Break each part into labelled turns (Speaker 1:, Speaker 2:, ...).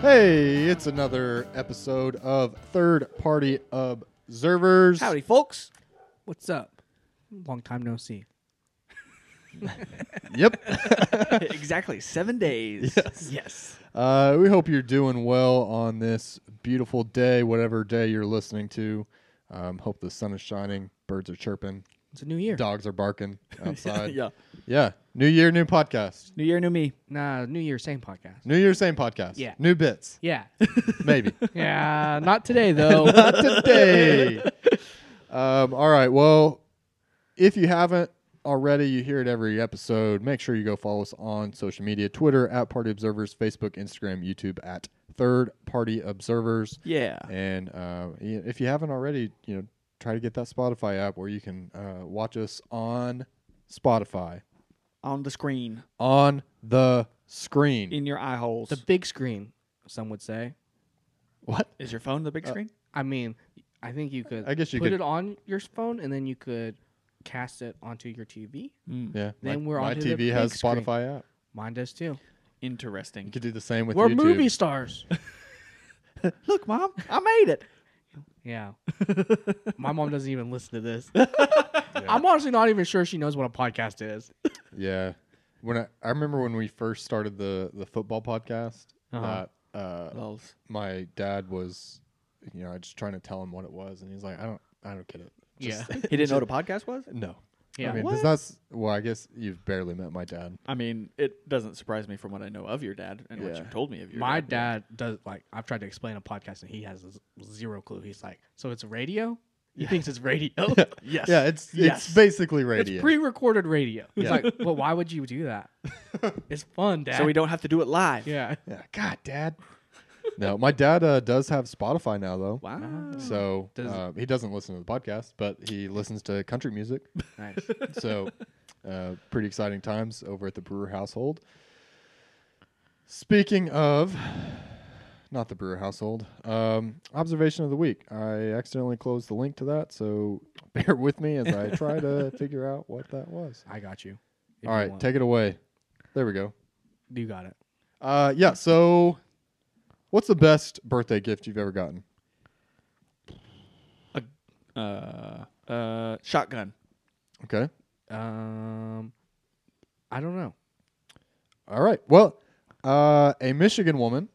Speaker 1: Hey, it's another episode of Third Party Observers.
Speaker 2: Howdy, folks. What's up? Long time no see.
Speaker 1: Yep.
Speaker 3: exactly seven days.
Speaker 2: Yes.
Speaker 1: Uh, we hope you're doing well on this beautiful day, whatever day you're listening to. Um, hope the sun is shining, birds are chirping,
Speaker 2: It's a new year.
Speaker 1: dogs are barking outside.
Speaker 3: yeah.
Speaker 1: Yeah. New year, new podcast.
Speaker 3: New year, new me.
Speaker 2: Nah, new year, same podcast.
Speaker 1: New year, same podcast.
Speaker 2: Yeah.
Speaker 1: New bits,
Speaker 2: Yeah.
Speaker 1: maybe.
Speaker 2: yeah. Not today, though.
Speaker 1: Not today. um, all right. Well, if you haven't already, you hear it every episode. Make sure you go follow us on social media Twitter at Party Observers, Facebook, Instagram, YouTube at Third Party Observers.
Speaker 3: Yeah.
Speaker 1: And uh, y- if you haven't already, you know, try to get that Spotify app where you can uh, watch us on Spotify
Speaker 3: On the screen
Speaker 1: on the screen.
Speaker 3: in your eye holes.
Speaker 2: the big screen, some would say.
Speaker 1: what?
Speaker 3: is your phone the big screen?
Speaker 2: I mean, I think you could
Speaker 1: I guess you
Speaker 2: put
Speaker 1: could-
Speaker 2: it on your phone and then you could cast it onto your TV.
Speaker 1: Yeah.
Speaker 2: Mm. Then
Speaker 1: my,
Speaker 2: we're
Speaker 1: my
Speaker 2: onto the
Speaker 1: TV has
Speaker 2: big screen.
Speaker 1: Spotify app.
Speaker 2: Mine does too.
Speaker 1: You
Speaker 3: Interesting.
Speaker 1: could do the same with
Speaker 2: We're
Speaker 1: YouTube.
Speaker 2: movie stars.
Speaker 3: Look, mom, I made it.
Speaker 2: yeah. My mom doesn't even listen to this. I'm honestly not even sure she knows what a podcast is.
Speaker 1: Yeah. When I, I remember when we first started the the football podcast,
Speaker 2: Uh-huh.
Speaker 1: uh, uh,
Speaker 3: Lols.
Speaker 1: my dad was, you know, I just trying to tell him what it was, and he's like, I don't, I don't get it. Just-
Speaker 2: yeah.
Speaker 3: He didn't know what a podcast was.
Speaker 1: No.
Speaker 2: Yeah.
Speaker 1: I mean, 'cause
Speaker 3: What?
Speaker 1: that's well, I guess you've barely met my dad.
Speaker 3: I mean, it doesn't surprise me from what I know of your dad and what
Speaker 1: Yeah.
Speaker 3: you told me of your
Speaker 2: My dad does like I've tried to explain a podcast and he has z- zero clue. He's like, so it's radio. He thinks it's radio.
Speaker 3: Yes.
Speaker 1: Yeah, it's
Speaker 3: Yes.
Speaker 1: it's basically
Speaker 2: it's
Speaker 1: radio.
Speaker 2: pre-recorded radio. He's
Speaker 1: Yeah.
Speaker 2: like, well, why would you do that? it's fun, Dad.
Speaker 3: So we don't have to do it live.
Speaker 2: Yeah.
Speaker 1: yeah. God, dad. no, my dad uh, does have Spotify now though.
Speaker 3: Wow.
Speaker 1: So
Speaker 2: Hmm. Does-
Speaker 1: uh, he doesn't listen to the podcast, but he listens to country music.
Speaker 2: Nice.
Speaker 1: so uh, pretty exciting times over at the brewer household speaking of not the brewer household um, observation of the week i accidentally closed the link to that so bear with me as i try to figure out what that was
Speaker 2: I got you.
Speaker 1: all right take it away there we go
Speaker 2: you got it.
Speaker 1: uh, yeah so what's the best birthday gift you've ever gotten
Speaker 3: Uh, uh, shotgun.
Speaker 1: okay
Speaker 2: Um, I don't know.
Speaker 1: All right. Well, uh, a Michigan woman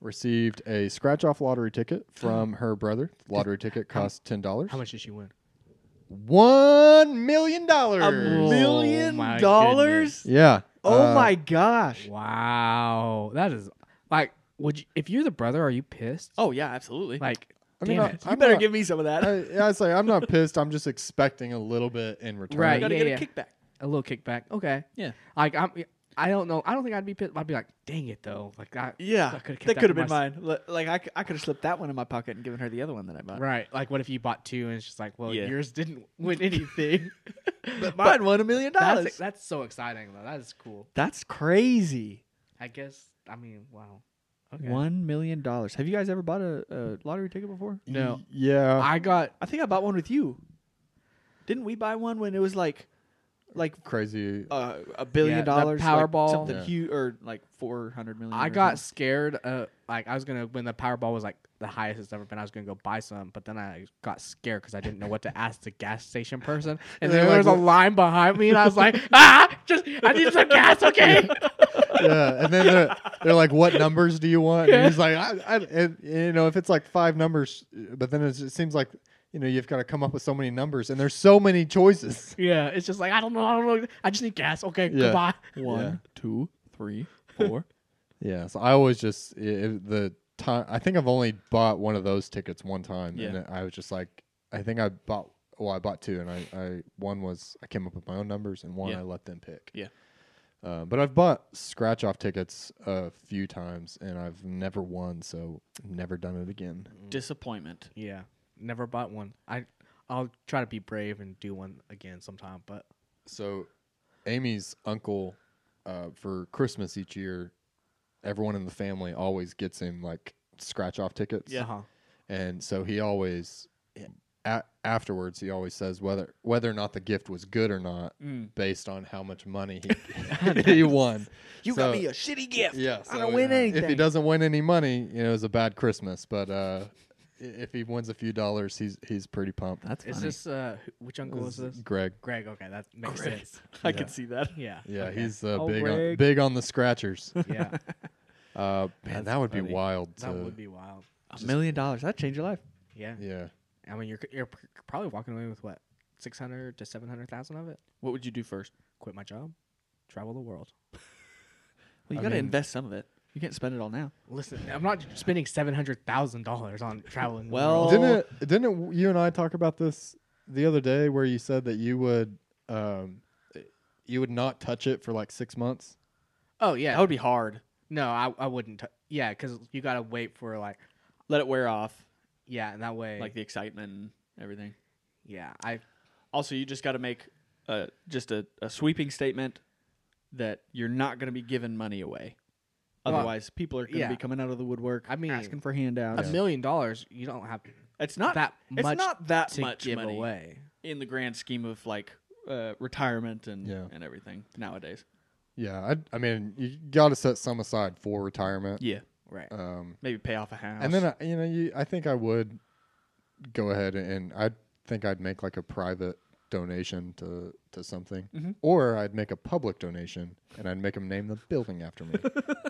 Speaker 1: received a scratch off lottery ticket from her brother. The lottery ticket cost ten dollars.
Speaker 2: How much did she win?
Speaker 1: One million dollars.
Speaker 2: mil-
Speaker 3: Million
Speaker 2: Oh my
Speaker 3: dollars.
Speaker 1: Yeah.
Speaker 3: Oh
Speaker 1: Uh,
Speaker 3: my gosh.
Speaker 2: Wow, that is like, would you if you're the brother, are you pissed?
Speaker 3: Oh yeah, uh, absolutely.
Speaker 2: Like, Uh,
Speaker 1: I mean,
Speaker 2: damn
Speaker 1: I-
Speaker 2: it.
Speaker 3: you
Speaker 1: I'm
Speaker 3: better
Speaker 1: not-
Speaker 3: give me some of that.
Speaker 1: I, I was like, I'm not pissed. I'm just expecting a little bit in return.
Speaker 2: Right.
Speaker 3: I gotta
Speaker 2: yeah,
Speaker 3: get
Speaker 2: yeah.
Speaker 3: a kickback.
Speaker 2: a little kickback. Okay.
Speaker 3: Yeah.
Speaker 2: Like I'm. I don't know. I don't think I'd be pissed. I'd be like, dang it though. Like I,
Speaker 3: Yeah,
Speaker 2: I could've
Speaker 3: that
Speaker 2: kept that
Speaker 3: could have
Speaker 2: for
Speaker 3: been mine. Li- Like I, c- I could have slipped that one in my pocket and given her the other one that I bought.
Speaker 2: Right. Like, what if you bought two and it's just like, well,
Speaker 3: Yeah.
Speaker 2: yours didn't win anything.
Speaker 3: But mine won a million
Speaker 2: that's,
Speaker 3: dollars.
Speaker 2: that's so exciting, though. That is cool.
Speaker 3: That's crazy.
Speaker 2: I guess, I mean, wow. Okay.
Speaker 3: One million dollars. Have you guys ever bought a, a lottery ticket before?
Speaker 2: No.
Speaker 1: Y- Yeah.
Speaker 2: I got,
Speaker 3: I think I bought one with you. Didn't we buy one when it was like, like
Speaker 1: Crazy.
Speaker 3: uh, a billion
Speaker 2: Yeah, the
Speaker 3: dollars? like
Speaker 2: Powerball.
Speaker 3: something
Speaker 1: Yeah.
Speaker 3: huge, or like four hundred million.
Speaker 2: I
Speaker 3: or
Speaker 2: got
Speaker 3: something.
Speaker 2: scared. Uh, like, I was going to, when the Powerball was like the highest it's ever been, I was going to go buy some, but then I got scared because I didn't know what to ask the gas station person. And
Speaker 1: They're
Speaker 2: then
Speaker 1: like,
Speaker 2: there was a
Speaker 1: "What?"
Speaker 2: line behind me, and I was like, ah, just, I need some gas, okay?
Speaker 1: yeah. And then they're, they're like, "What numbers do you want?"
Speaker 2: Yeah.
Speaker 1: And he's like, I, I, and, you know, if it's like five numbers, but then it's, it seems like you know you've got to come up with so many numbers, and there's so many choices.
Speaker 2: Yeah, it's just like, I don't know, I don't know. I just need gas, okay?
Speaker 1: Yeah.
Speaker 2: Goodbye.
Speaker 1: Yeah.
Speaker 3: one, two, three, four.
Speaker 1: Yeah. So I always just i- if the time. I think I've only bought one of those tickets one time, and
Speaker 3: Yeah.
Speaker 1: I was just like, I think I bought. Well, I bought two, and I, I one was I came up with my own numbers, and one
Speaker 3: Yeah.
Speaker 1: I let them pick.
Speaker 3: Yeah.
Speaker 1: Uh, but I've bought scratch off tickets a few times, and I've never won, so never done it again.
Speaker 3: Disappointment.
Speaker 2: Yeah, never bought one. I I'll try to be brave and do one again sometime. But
Speaker 1: so Amy's uncle uh, for Christmas each year, everyone in the family always gets him like scratch off tickets.
Speaker 3: Yeah.
Speaker 2: Uh-huh.
Speaker 1: And so he always a- afterwards he always says whether whether or not the gift was good or not based on how much money he, he won.
Speaker 4: You
Speaker 1: So-
Speaker 4: got me a shitty gift.
Speaker 1: Yeah,
Speaker 4: I
Speaker 1: so,
Speaker 4: don't win
Speaker 1: uh, If he
Speaker 4: anything.
Speaker 1: doesn't win any money, you know, it's a bad Christmas. But uh, i- if he wins a few dollars, he's he's pretty pumped.
Speaker 5: That's
Speaker 2: Is
Speaker 5: funny.
Speaker 2: this uh, who- which uncle is this?
Speaker 1: Greg.
Speaker 2: Greg. Okay, that makes
Speaker 4: Greg.
Speaker 2: sense.
Speaker 4: I can see that.
Speaker 2: Yeah.
Speaker 1: Yeah,
Speaker 2: okay.
Speaker 1: he's uh,
Speaker 5: Oh,
Speaker 1: big on,
Speaker 5: Greg.
Speaker 1: big on the scratchers.
Speaker 2: yeah.
Speaker 1: Uh, man,
Speaker 5: That's
Speaker 1: that would be
Speaker 5: funny.
Speaker 1: wild. To,
Speaker 2: That would be wild.
Speaker 5: a million dollars. That'd change your life.
Speaker 2: Yeah.
Speaker 1: Yeah.
Speaker 2: I mean, you're c- you're pr- probably walking away with what six hundred to seven hundred thousand of it.
Speaker 4: What would you do first?
Speaker 2: Quit my job, travel the world.
Speaker 5: Well, you
Speaker 1: I
Speaker 5: got to
Speaker 1: mean-
Speaker 5: invest some of it. You can't spend it all now.
Speaker 2: Listen, I'm not spending seven hundred thousand dollars on traveling. the
Speaker 5: Well-
Speaker 2: world.
Speaker 1: Didn't it, didn't it- you and I talk about this the other day where you said that you would um, you would not touch it for like six months?
Speaker 2: oh yeah,
Speaker 4: That would be hard.
Speaker 2: no, I, I wouldn't. T- yeah, because you gotta wait for like
Speaker 4: Let it wear off,
Speaker 2: yeah, and that way
Speaker 4: like the excitement and everything.
Speaker 2: yeah, I
Speaker 4: Also, you just got to make a, just a, a sweeping statement that you're not going to be giving money away.
Speaker 2: Well,
Speaker 4: Otherwise, people are going to
Speaker 2: yeah.
Speaker 4: be coming out of the woodwork.
Speaker 2: I mean,
Speaker 4: asking for
Speaker 2: a
Speaker 4: handouts.
Speaker 2: million dollars you don't have
Speaker 4: It's not
Speaker 2: that
Speaker 4: It's
Speaker 2: much
Speaker 4: not that
Speaker 2: to
Speaker 4: much
Speaker 2: give
Speaker 4: money
Speaker 2: away.
Speaker 4: in the grand scheme of like uh, retirement and
Speaker 1: Yeah.
Speaker 4: and everything nowadays.
Speaker 1: Yeah. I, I mean, you got to set some aside for retirement.
Speaker 4: Yeah,
Speaker 2: Right.
Speaker 4: Uh.
Speaker 1: Um,
Speaker 4: maybe pay off a house.
Speaker 1: and then I, you know, you, I think I would go ahead and I think I'd make like a private donation to to something,
Speaker 4: Mhm.
Speaker 1: or I'd make a public donation and I'd make them name the building after me.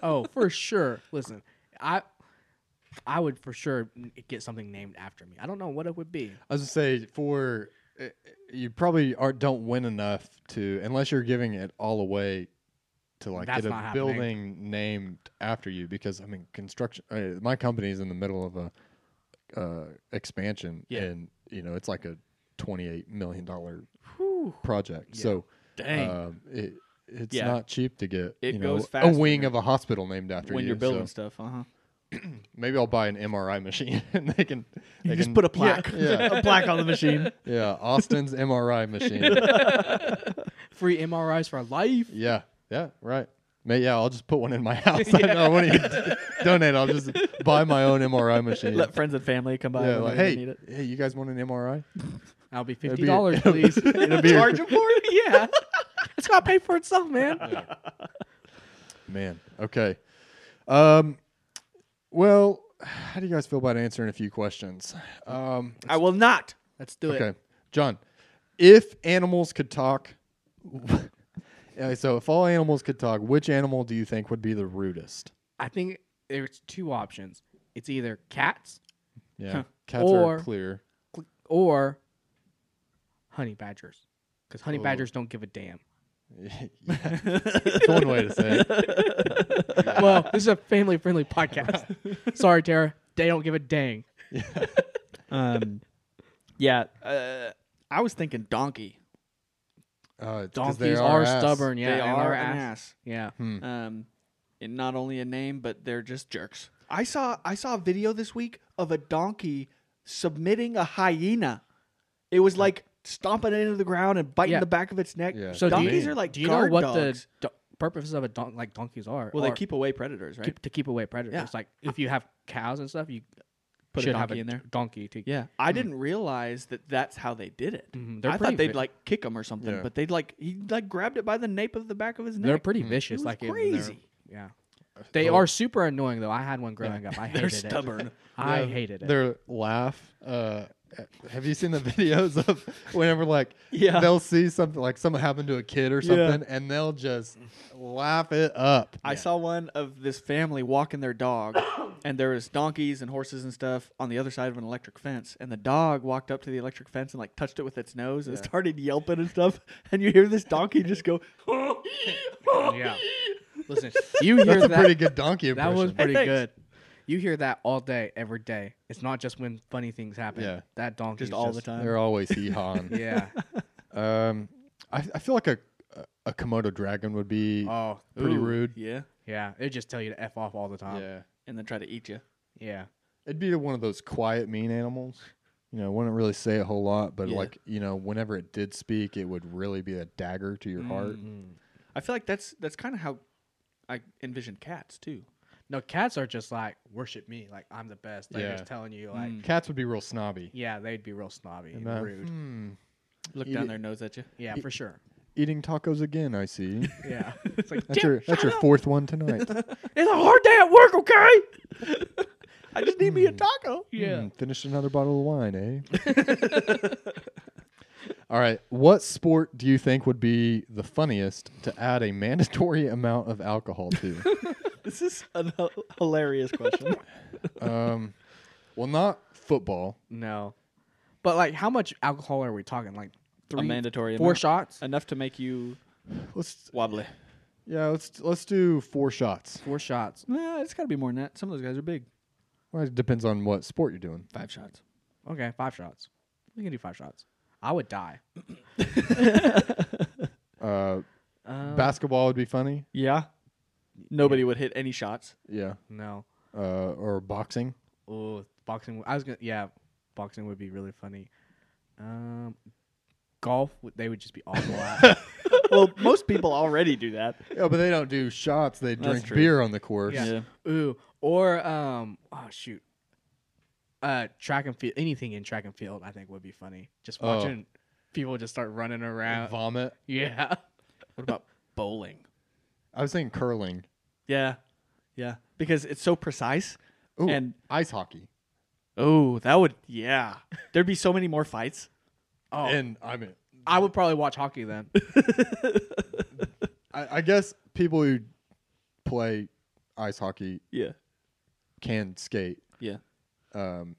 Speaker 2: oh, for sure. Listen, I I would for sure n- get something named after me. I don't know what it would be.
Speaker 1: I was gonna say for uh, you probably are don't win enough to unless you're giving it all away to like
Speaker 2: That's
Speaker 1: get a
Speaker 2: not happening.
Speaker 1: building named after you because I mean construction. Uh, my company is in the middle of a uh, expansion
Speaker 4: Yeah.
Speaker 1: and you know it's like a twenty eight million dollar project. So
Speaker 4: Dang.
Speaker 1: um, it, it's
Speaker 4: Yeah.
Speaker 1: not cheap to get
Speaker 4: It
Speaker 1: you know,
Speaker 4: goes fast
Speaker 1: a
Speaker 4: when
Speaker 1: wing
Speaker 4: you're-
Speaker 1: of a hospital named after
Speaker 4: when
Speaker 1: you.
Speaker 4: you're building
Speaker 1: so
Speaker 4: stuff, uh huh.
Speaker 1: maybe I'll buy an MRI machine and they can they
Speaker 5: You just
Speaker 1: can-
Speaker 5: put a plaque,
Speaker 1: yeah.
Speaker 5: a plaque on the machine.
Speaker 1: Yeah, Austin's MRI machine.
Speaker 2: Free MRIs for life.
Speaker 1: Yeah, yeah, right. May yeah, I'll just put one in my house. I don't know, I won't even d- donate. I'll just buy my own MRI machine.
Speaker 5: Let friends and family come by.
Speaker 1: yeah,
Speaker 5: when
Speaker 1: like,
Speaker 5: they
Speaker 1: hey,
Speaker 5: need it.
Speaker 1: hey, you guys want an MRI?
Speaker 2: That'll be
Speaker 1: It'd
Speaker 2: fifty
Speaker 1: be-
Speaker 2: dollars, please.
Speaker 1: it'd be a-
Speaker 2: Charge him for it. Yeah, it's got to pay for itself, man.
Speaker 1: Man, okay. Um, well, how do you guys feel about answering a few questions? Um,
Speaker 4: I will not.
Speaker 2: Let's do it.
Speaker 1: okay, John, if animals could talk, okay, so if all animals could talk, which animal do you think would be the rudest?
Speaker 2: I think there's two options. It's either cats
Speaker 1: Yeah,
Speaker 4: Huh.
Speaker 1: cats
Speaker 2: Or-
Speaker 1: are clear.
Speaker 2: or honey badgers, because honey
Speaker 1: Oh.
Speaker 2: badgers don't give a damn.
Speaker 1: Yeah, That's one way to say it.
Speaker 2: well, this is a family-friendly podcast. Sorry, Tara, they don't give a dang.
Speaker 5: Um,
Speaker 4: Yeah, uh, I was thinking donkey.
Speaker 1: Uh, 'cause they
Speaker 2: Donkeys are,
Speaker 1: ass. Hmm.
Speaker 2: stubborn. Yeah,
Speaker 4: they are
Speaker 2: ass.
Speaker 4: an ass.
Speaker 2: Yeah.
Speaker 4: um, in not only a name but they're just jerks. I saw I saw a video this week of a donkey submitting a hyena. It was like stomping it into the ground and biting
Speaker 2: Yeah.
Speaker 4: the back of its neck.
Speaker 1: Yeah.
Speaker 2: So do
Speaker 4: donkeys
Speaker 2: you-
Speaker 4: are like
Speaker 2: Do you know
Speaker 4: guard
Speaker 2: what
Speaker 4: dogs.
Speaker 2: the do- purposes of a don- like donkeys are?
Speaker 4: well, they
Speaker 2: Are
Speaker 4: keep away predators, right?
Speaker 2: keep- to keep away predators.
Speaker 4: Yeah.
Speaker 2: Like if you have cows and stuff, you
Speaker 4: Put a
Speaker 2: should have
Speaker 4: donkey in there.
Speaker 2: d- Donkey to
Speaker 4: yeah, I didn't realize that that's how they did it.
Speaker 2: Mhm, they're
Speaker 4: I
Speaker 2: pretty
Speaker 4: thought they'd
Speaker 2: vi-
Speaker 4: like kick him or something,
Speaker 1: Yeah.
Speaker 4: but they'd like he like grabbed it by the nape of the back of his neck.
Speaker 2: They're pretty vicious.
Speaker 4: was
Speaker 2: like in their-
Speaker 4: crazy.
Speaker 2: Yeah. They
Speaker 1: Well-
Speaker 2: are super annoying though. I had one growing up. I hated
Speaker 4: They're
Speaker 2: it.
Speaker 4: stubborn.
Speaker 2: I
Speaker 1: Yeah,
Speaker 2: hated it.
Speaker 1: Their laugh. Uh, have you seen the videos of whenever like
Speaker 4: Yeah.
Speaker 1: they'll see something like something happened to a kid or something and they'll just laugh it up.
Speaker 4: I saw one of this family walking their dog, and there was donkeys and horses and stuff on the other side of an electric fence. And the dog walked up to the electric fence and like touched it with its nose and started yelping and stuff. And you hear this donkey just go,
Speaker 2: yeah. Listen, you hear
Speaker 1: That's a
Speaker 2: that?
Speaker 1: pretty good donkey
Speaker 2: that
Speaker 1: impression.
Speaker 2: was pretty
Speaker 4: thanks.
Speaker 2: good. You hear that all day, every day. It's not just when funny things happen.
Speaker 1: Yeah.
Speaker 2: That donkey
Speaker 4: just all the time.
Speaker 1: They're always hee hawing.
Speaker 2: Yeah.
Speaker 1: Um, I, I feel like a a Komodo dragon would be
Speaker 2: Oh,
Speaker 1: pretty
Speaker 4: Ooh,
Speaker 1: rude.
Speaker 4: Yeah,
Speaker 2: yeah. It just tell you to f off all the time.
Speaker 1: Yeah,
Speaker 4: and then try to eat you.
Speaker 2: yeah.
Speaker 1: uh, it'd be one of those quiet, mean animals. You know, wouldn't really say a whole lot, but
Speaker 4: Yeah.
Speaker 1: like you know, whenever it did speak, it would really be a dagger
Speaker 2: Mm-hmm.
Speaker 1: to your heart.
Speaker 4: I feel like that's that's kind of how I envision cats too.
Speaker 2: No, cats are just like worship me, like I'm the best. They're
Speaker 1: Yeah.
Speaker 2: just telling you, like,
Speaker 4: Mm.
Speaker 1: Cats would be real snobby.
Speaker 2: yeah, they'd be real snobby
Speaker 1: And
Speaker 2: and,
Speaker 1: that-
Speaker 2: rude.
Speaker 1: hmm,
Speaker 4: Look
Speaker 1: Eat
Speaker 4: down
Speaker 1: it.
Speaker 4: their nose at you.
Speaker 2: Yeah,
Speaker 1: Y-
Speaker 2: for sure.
Speaker 1: eating tacos again, I see.
Speaker 2: Yeah, it's like
Speaker 1: That's your that's your fourth one tonight. Hmm,
Speaker 2: it's a hard day at work, okay?
Speaker 4: I just need me a taco.
Speaker 1: Hmm, finish another bottle of wine, eh? All right. What sport do you think would be the funniest to add a mandatory amount of alcohol to?
Speaker 4: This is a h- hilarious question.
Speaker 1: um, well, not football.
Speaker 2: No, but like, how much alcohol are we talking? Like
Speaker 4: a
Speaker 2: three,
Speaker 4: mandatory
Speaker 2: four
Speaker 4: amount.
Speaker 2: shots,
Speaker 4: enough to make you
Speaker 1: Let's
Speaker 4: wobbly.
Speaker 1: yeah, let's let's do four shots.
Speaker 2: four shots.
Speaker 4: Nah, it's got to be more than that. Some of those guys are big.
Speaker 1: Well, it depends on what sport you're doing.
Speaker 4: Five shots.
Speaker 2: Okay, five shots. We can do five shots. I would die.
Speaker 1: Uh, basketball would be funny.
Speaker 4: Yeah. Nobody would hit any shots.
Speaker 1: Yeah.
Speaker 2: No.
Speaker 1: Uh, or boxing.
Speaker 2: Oh, boxing. I was gonna. Yeah, boxing would be really funny. Um, golf. would- They would just be awful at.
Speaker 4: well, most people already do that.
Speaker 1: Yeah, but they don't do shots. They drink
Speaker 4: true.
Speaker 1: beer on the course.
Speaker 2: Yeah. Ooh, or um, oh shoot. Uh, track and field. Anything in track and field, I think would be funny. Just
Speaker 1: Oh.
Speaker 2: watching people just start running
Speaker 4: Uh,
Speaker 2: around.
Speaker 1: Vomit.
Speaker 2: yeah. What about bowling?
Speaker 1: I was thinking curling.
Speaker 4: Yeah. Yeah. Because it's so precise.
Speaker 1: Ooh,
Speaker 4: And-
Speaker 1: ice hockey.
Speaker 4: Oh, that would, yeah. There'd be so many more fights.
Speaker 2: Oh,
Speaker 1: And I mean,
Speaker 2: I would probably watch hockey then.
Speaker 1: I, I guess people who play ice hockey
Speaker 4: Yeah.
Speaker 1: can skate,
Speaker 4: Yeah.
Speaker 1: um,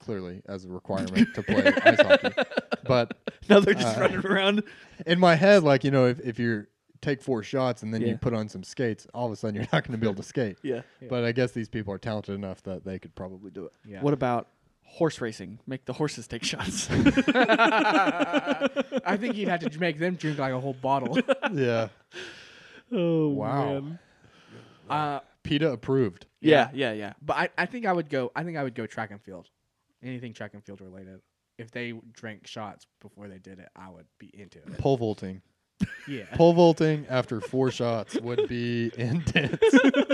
Speaker 1: clearly as a requirement to play ice hockey. But
Speaker 4: Now they're just running around.
Speaker 1: in my head, like you know, if, if you take four shots and then
Speaker 4: Yeah.
Speaker 1: you put on some skates, all of a sudden you're not going to be able to skate.
Speaker 4: Yeah.
Speaker 1: But I guess these people are talented enough that they could probably do it.
Speaker 2: Yeah.
Speaker 4: What about horse racing? Make the horses take shots.
Speaker 2: I think you'd have to make them drink like a whole bottle.
Speaker 1: yeah.
Speaker 4: oh,
Speaker 1: Wow.
Speaker 2: Uh,
Speaker 1: PETA approved.
Speaker 4: Yeah. Yeah. Yeah.
Speaker 2: but I, I think I would go. I think I would go track and field. Anything track and field related. If they drank shots before they did it, I would be into it.
Speaker 1: Pole vaulting.
Speaker 2: Yeah.
Speaker 1: Pole vaulting after four shots would be intense.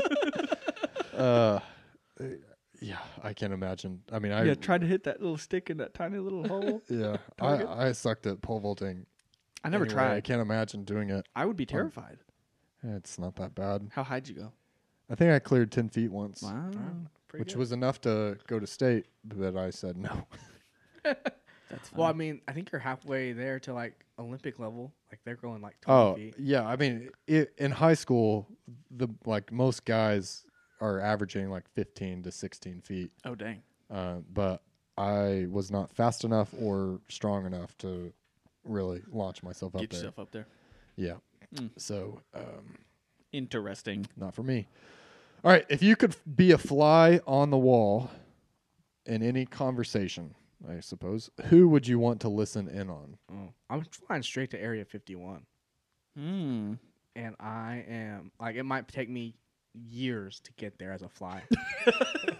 Speaker 1: uh, yeah, I can't imagine. I mean, I
Speaker 4: yeah. Trying to hit that little stick in that tiny little hole.
Speaker 1: Yeah, I, I sucked at pole vaulting.
Speaker 4: I never
Speaker 1: anyway. I
Speaker 4: tried.
Speaker 1: can't imagine doing it.
Speaker 4: I would be terrified.
Speaker 1: It's not that bad.
Speaker 4: How high'd you go?
Speaker 1: I think I cleared ten feet once,
Speaker 4: Wow.
Speaker 1: which was enough to go to state, but I said no.
Speaker 4: That's fun.
Speaker 2: Well, I mean, I think you're halfway there to like Olympic level. Like they're going like 20
Speaker 1: Oh
Speaker 2: feet.
Speaker 1: yeah, I mean, i in high school, the like most guys are averaging like fifteen to sixteen feet,
Speaker 4: oh, dang.
Speaker 1: uh, but I was not fast enough or strong enough to really launch myself up
Speaker 4: Get
Speaker 1: there.
Speaker 4: yourself Hmm. up there.
Speaker 1: Yeah, so um,
Speaker 4: Interesting.
Speaker 1: not for me. All right, if you could f- be a fly on the wall in any conversation, I suppose, who would you want to listen in on?
Speaker 2: Oh, I'm flying straight to Area 51,
Speaker 4: Hmm.
Speaker 2: and I am like, it might take me years to get there as a fly.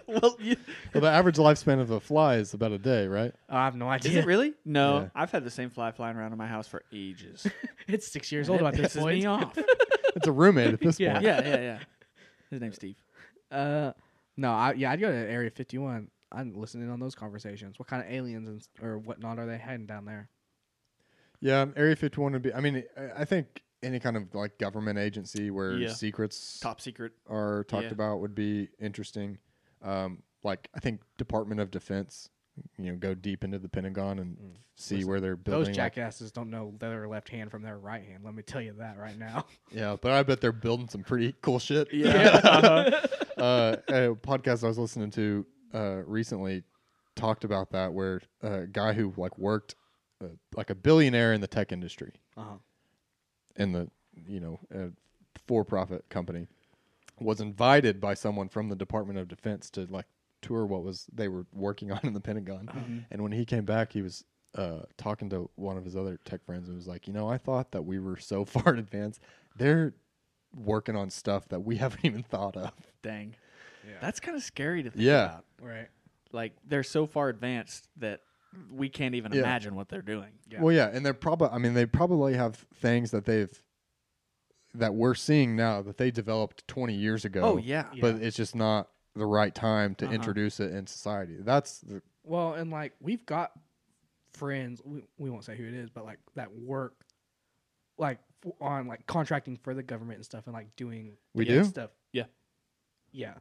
Speaker 4: Well, you,
Speaker 1: Well, the average lifespan of a fly is about a day, right?
Speaker 2: Uh, I have no idea.
Speaker 4: is it really? No,
Speaker 1: Yeah.
Speaker 4: I've had the same fly flying around in my house for ages.
Speaker 2: It's six years old at this
Speaker 4: pisses
Speaker 2: point.
Speaker 4: me off.
Speaker 1: It's a roommate at this
Speaker 2: Yeah.
Speaker 1: point.
Speaker 4: yeah, yeah, yeah. His name's Steve.
Speaker 2: Uh, no, I, yeah, I'd go to Area 51. I'm listening on those conversations. What kind of aliens and, s- or whatnot are they hiding down there?
Speaker 1: Yeah, um, Area 51 would be. I mean, I- I think any kind of like government agency where
Speaker 4: Yeah.
Speaker 1: secrets
Speaker 4: Top secret.
Speaker 1: are talked
Speaker 4: Yeah.
Speaker 1: about would be interesting. Um, like I think Department of Defense, you know, go deep into the Pentagon and see where they're building.
Speaker 2: those
Speaker 1: like,
Speaker 2: jackasses don't know their left hand from their right hand. Let me tell you that right now.
Speaker 1: Yeah, but I bet they're building some pretty cool shit.
Speaker 4: Yeah.
Speaker 1: uh, a podcast I was listening to uh, recently talked about that, where a guy who like worked uh, like a billionaire in the tech industry
Speaker 2: Uh-huh.
Speaker 1: in the you know uh, for-profit company was invited by someone from the Department of Defense to like tour what was they were working on in the Pentagon, and when he came back, he was. Uh, talking to one of his other tech friends and was like, you know, I thought that we were so far advanced. They're working on stuff that we haven't even thought of.
Speaker 4: Dang.
Speaker 2: Yeah.
Speaker 4: That's kind of scary to think
Speaker 1: Yeah.
Speaker 4: about.
Speaker 2: Right.
Speaker 4: Like they're so far advanced that we can't even
Speaker 1: Yeah.
Speaker 4: imagine what they're doing.
Speaker 2: Yeah.
Speaker 1: Well, yeah, and they're probably. I mean, they probably have things that they've that we're seeing now that they developed 20 years ago.
Speaker 3: Oh yeah.
Speaker 1: But it's just not the right time to
Speaker 2: Uh-huh.
Speaker 1: introduce it in society. That's the,
Speaker 2: Well, and like we've got friends, we, we won't say who it is, but like that work, like f- on like contracting for the government and stuff, and like doing
Speaker 1: We do?
Speaker 2: big stuff.
Speaker 3: Yeah.
Speaker 2: yeah.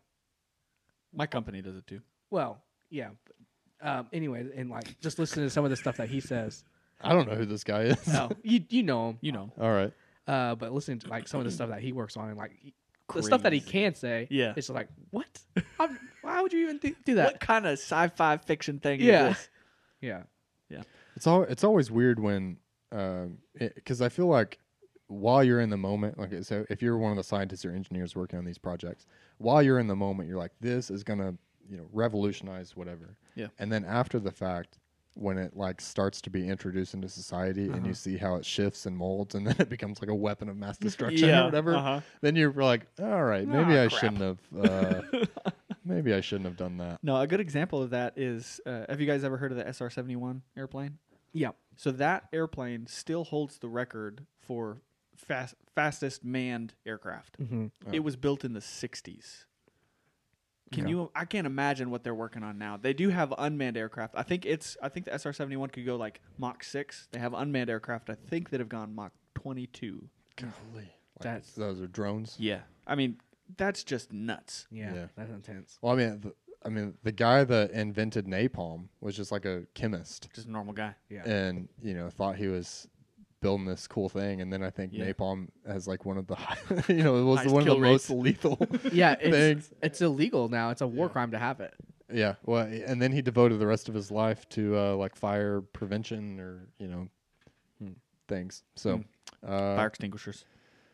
Speaker 3: My company does it too.
Speaker 2: Well, yeah. But, um, anyway, and like just listen to some of the stuff that he says.
Speaker 1: I don't know who this guy is.
Speaker 2: Oh, you you know him,
Speaker 3: You know.
Speaker 1: All right.
Speaker 2: uh, but listen to like some of the stuff that he works on and like he- the stuff that he
Speaker 3: Crazy.
Speaker 2: can say.
Speaker 3: Yeah.
Speaker 2: it's just like what? I'm, why would you even do, do that?
Speaker 3: What kind of sci-fi fiction thing
Speaker 2: Yeah.
Speaker 3: is this?
Speaker 2: Yeah,
Speaker 1: It's all it's always weird when because I feel like while you're in the moment, like so if you're one of the scientists or engineers working on these projects, while you're in the moment, you're like, this is gonna you know revolutionize whatever.
Speaker 3: Yeah.
Speaker 1: And then after the fact, when it like starts to be introduced into society and
Speaker 3: Uh-huh.
Speaker 1: you see how it shifts and molds, and then it becomes like a weapon of mass destruction or whatever,
Speaker 3: Uh-huh.
Speaker 1: then you're like, all right, maybe
Speaker 2: Ah,
Speaker 1: I shouldn't have. Uh, maybe I shouldn't have done that.
Speaker 4: No, a good example of that is uh, have you guys ever heard of the SR 71 airplane?
Speaker 2: yeah.
Speaker 4: So that airplane still holds the record for fast, fastest manned aircraft.
Speaker 2: Mm-hmm.
Speaker 1: Oh.
Speaker 4: It was built in the 60s. Can
Speaker 1: Okay.
Speaker 4: you I can't imagine what they're working on now. They do have unmanned aircraft. I think it's I think the SR-71 could go like Mach 6. They have unmanned aircraft I think that have gone Mach 22.
Speaker 1: Golly, like,
Speaker 2: That's-
Speaker 1: those are drones.
Speaker 4: Yeah. I mean, that's just nuts.
Speaker 2: yeah,
Speaker 1: Yeah.
Speaker 2: that's intense.
Speaker 1: Well, I mean, the, I mean, the guy that invented napalm was just like a chemist,
Speaker 4: Just a normal guy.
Speaker 2: Yeah.
Speaker 1: and you know, thought he was building this cool thing, and then I think
Speaker 4: Yeah.
Speaker 1: napalm has like one of the, high, you know, it was
Speaker 4: Highest
Speaker 1: one of the
Speaker 4: kill
Speaker 1: most lethal.
Speaker 2: yeah, it's,
Speaker 1: Thanks.
Speaker 2: it's illegal now. It's a war crime to have it.
Speaker 1: yeah. Well, and then he devoted the rest of his life to uh, like fire prevention or you know,
Speaker 4: Hmm.
Speaker 1: things. So. Uh,
Speaker 4: Fire extinguishers.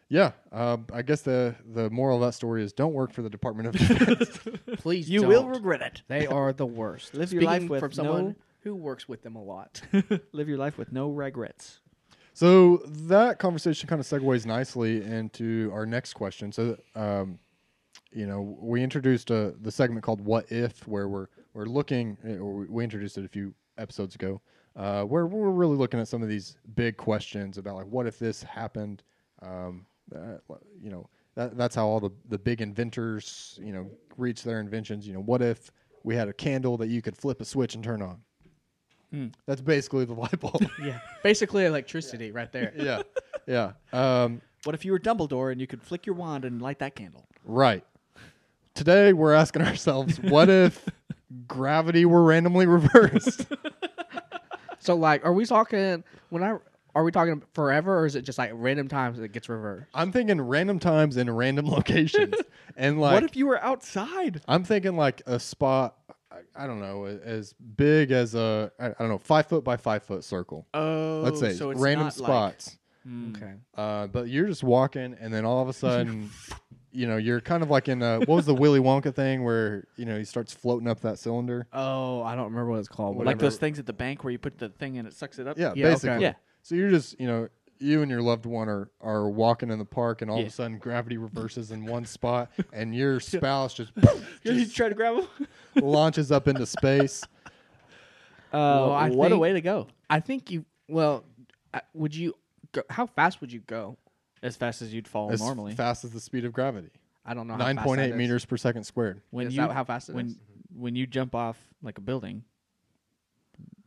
Speaker 1: yeah, uh, I guess the the moral of that story is don't work for the Department of Defense.
Speaker 2: Please,
Speaker 3: You
Speaker 2: don't.
Speaker 3: will regret it.
Speaker 2: They are the worst.
Speaker 4: Live your life
Speaker 2: Speaking
Speaker 4: with
Speaker 2: from
Speaker 4: no-
Speaker 2: someone who works with them a lot.
Speaker 4: Live your life with no regrets.
Speaker 1: So that conversation kind of segues nicely into our next question. So, um, you know, we introduced a, the segment called "What If," where we're we're looking, eh, or we- we introduced it a few episodes ago, uh, where we're really looking at some of these big questions about like, what if this happened? Um, uh, you know, that, that's how all the the big inventors, you know, reach their inventions. You know, what if we had a candle that you could flip a switch and turn on? That's basically the light bulb.
Speaker 2: yeah, basically electricity right there.
Speaker 1: yeah, yeah. Um,
Speaker 4: What if you were Dumbledore and you could flick your wand and light that candle?
Speaker 1: Right. Today we're asking ourselves, what if gravity were randomly reversed?
Speaker 2: So, like, are we talking when I are we talking forever, or is it just like random times that it gets reversed?
Speaker 1: I'm thinking random times in random locations, and like
Speaker 4: what if you were outside?
Speaker 1: I'm thinking like a spot, I, I don't know, a- as big as a I, I don't know five foot by five foot circle.
Speaker 4: Oh,
Speaker 1: Let's say
Speaker 4: so it's
Speaker 1: random
Speaker 4: not like-
Speaker 1: spots,
Speaker 2: Okay.
Speaker 1: uh, but you're just walking, and then all of a sudden. You know, you're kind of like in a, what was the Willy Wonka thing where you know he starts floating up that cylinder?
Speaker 2: Oh, I don't remember what it's called.
Speaker 1: Like
Speaker 2: Like
Speaker 4: like those things at the bank where you put the thing in, it sucks it up.
Speaker 1: Yeah,
Speaker 2: Yeah, okay.
Speaker 1: basically.
Speaker 4: Yeah.
Speaker 1: So you're just, you know, you and your loved one are, are walking in the park, and all of
Speaker 4: Yeah.
Speaker 1: a sudden gravity reverses in one spot, and your spouse just,
Speaker 4: you
Speaker 1: just
Speaker 4: try to grab Uh, them.
Speaker 1: launches up into space.
Speaker 2: Well, I
Speaker 4: what a
Speaker 2: think-
Speaker 4: way to go!
Speaker 2: I think you. Well, I- would you? Go, how fast would you go?
Speaker 4: As fast as you'd fall
Speaker 1: as
Speaker 4: normally.
Speaker 1: fast as the speed of gravity,
Speaker 2: I don't know. how fast
Speaker 1: nine
Speaker 2: that
Speaker 1: point eight
Speaker 2: is.
Speaker 1: meters per second squared.
Speaker 4: when
Speaker 2: is
Speaker 4: you
Speaker 2: that how fast it
Speaker 4: when
Speaker 2: is?
Speaker 4: when you jump off like a building,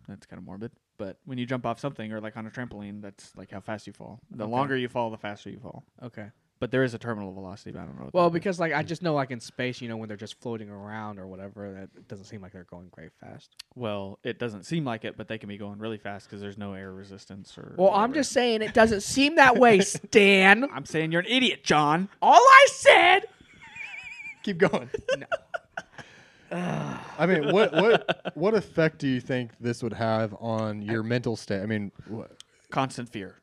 Speaker 4: that's kind of morbid. But when you jump off something or like on a trampoline, that's like how fast you fall. The
Speaker 2: Okay.
Speaker 4: longer you fall, the faster you fall.
Speaker 2: Okay.
Speaker 4: But there is a terminal velocity. But I don't know. what
Speaker 2: Well,
Speaker 4: that is.
Speaker 2: because like I just know like in space, you know, when they're just floating around or whatever, that it doesn't seem like they're going very fast.
Speaker 4: well, it doesn't seem like it, but they can be going really fast because there's no air resistance or.
Speaker 2: Well, I'm
Speaker 4: whatever.
Speaker 2: just saying it doesn't seem that way, Stan.
Speaker 4: I'm saying you're an idiot, John.
Speaker 2: All I said.
Speaker 1: Keep going. I mean, what what what effect do you think this would have on your mental state? I mean, wha-
Speaker 4: Constant fear.